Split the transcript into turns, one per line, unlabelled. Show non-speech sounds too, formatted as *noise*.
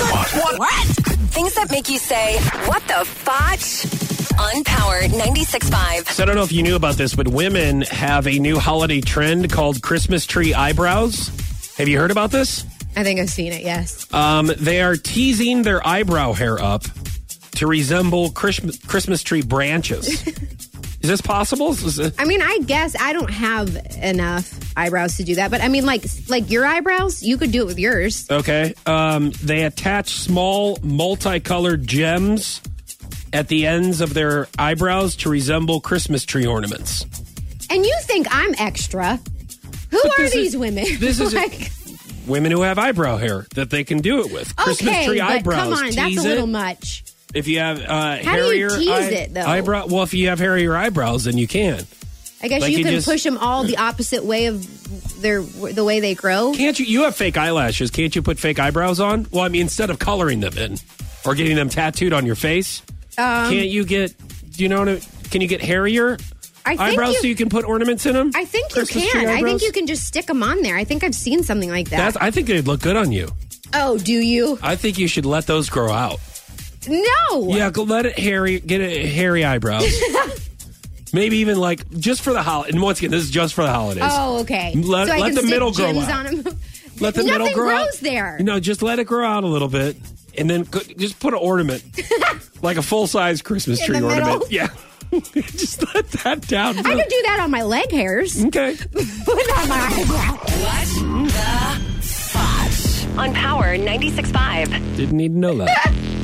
What? Things that make you say, what the fudge? On Power 96.5.
So I don't know if you knew about this, but women have a new holiday trend called Christmas tree eyebrows. Have you heard about this?
I think I've seen it, yes.
Um, they are teasing their eyebrow hair up to resemble Christmas, Christmas tree branches.
*laughs*
Is this possible? Is this-
I mean, I guess I don't have enough eyebrows to do that, but I mean, like, like your eyebrows, you could do it with yours.
Okay. Um, they attach small multicolored gems at the ends of their eyebrows to resemble Christmas tree ornaments.
And you think I'm extra? Who
But
are
this is-
these women?
this is a-
*laughs* like,
Women who have eyebrow hair that they can do it with. Christmas
okay,
tree
but
eyebrows.
come on, that's
Tease
a
it.
little much.
If you have uh,
How do
hairier
you tease
eye-
it, though?
eyebrow, well, if you have hairier eyebrows, then you can.
I guess
Like
you
you
can
just-
push them all the opposite way of their the way they grow.
Can't you? You have fake eyelashes. Can't you put fake eyebrows on? Well, I mean, instead of coloring them in or getting them tattooed on your face,
Um,
can't you get? Do you know? What I, can you get hairier
I think
eyebrows
you-
so you can put ornaments in them?
I think you
Christmas tree
can. I
eyebrows?
think you can just stick them on there. I think I've seen something like that.
That's, I think they'd look good on you.
oh, do you?
I think you should let those grow out.
No.
Yeah, go let it hairy. Get it hairy
*laughs*
eyebrows. Maybe even like just for the holiday. And once again, this is just for the holidays.
Oh, okay.
Let-
so I
let
can
the
stick
middle grow
gems
out.
on them.
Let
*laughs*
the
Nothing
middle grow
grows
out.
there.
No, just let it grow out a little bit, and then go, just put an
*laughs*
ornament, like a full size Christmas
In
tree
the middle?
ornament. Yeah, *laughs* just let that down.
I could do that on my leg hairs. *laughs*
okay.
But not my eyebrow.
What the fudge? On Power 96.5.
Didn't need to know that.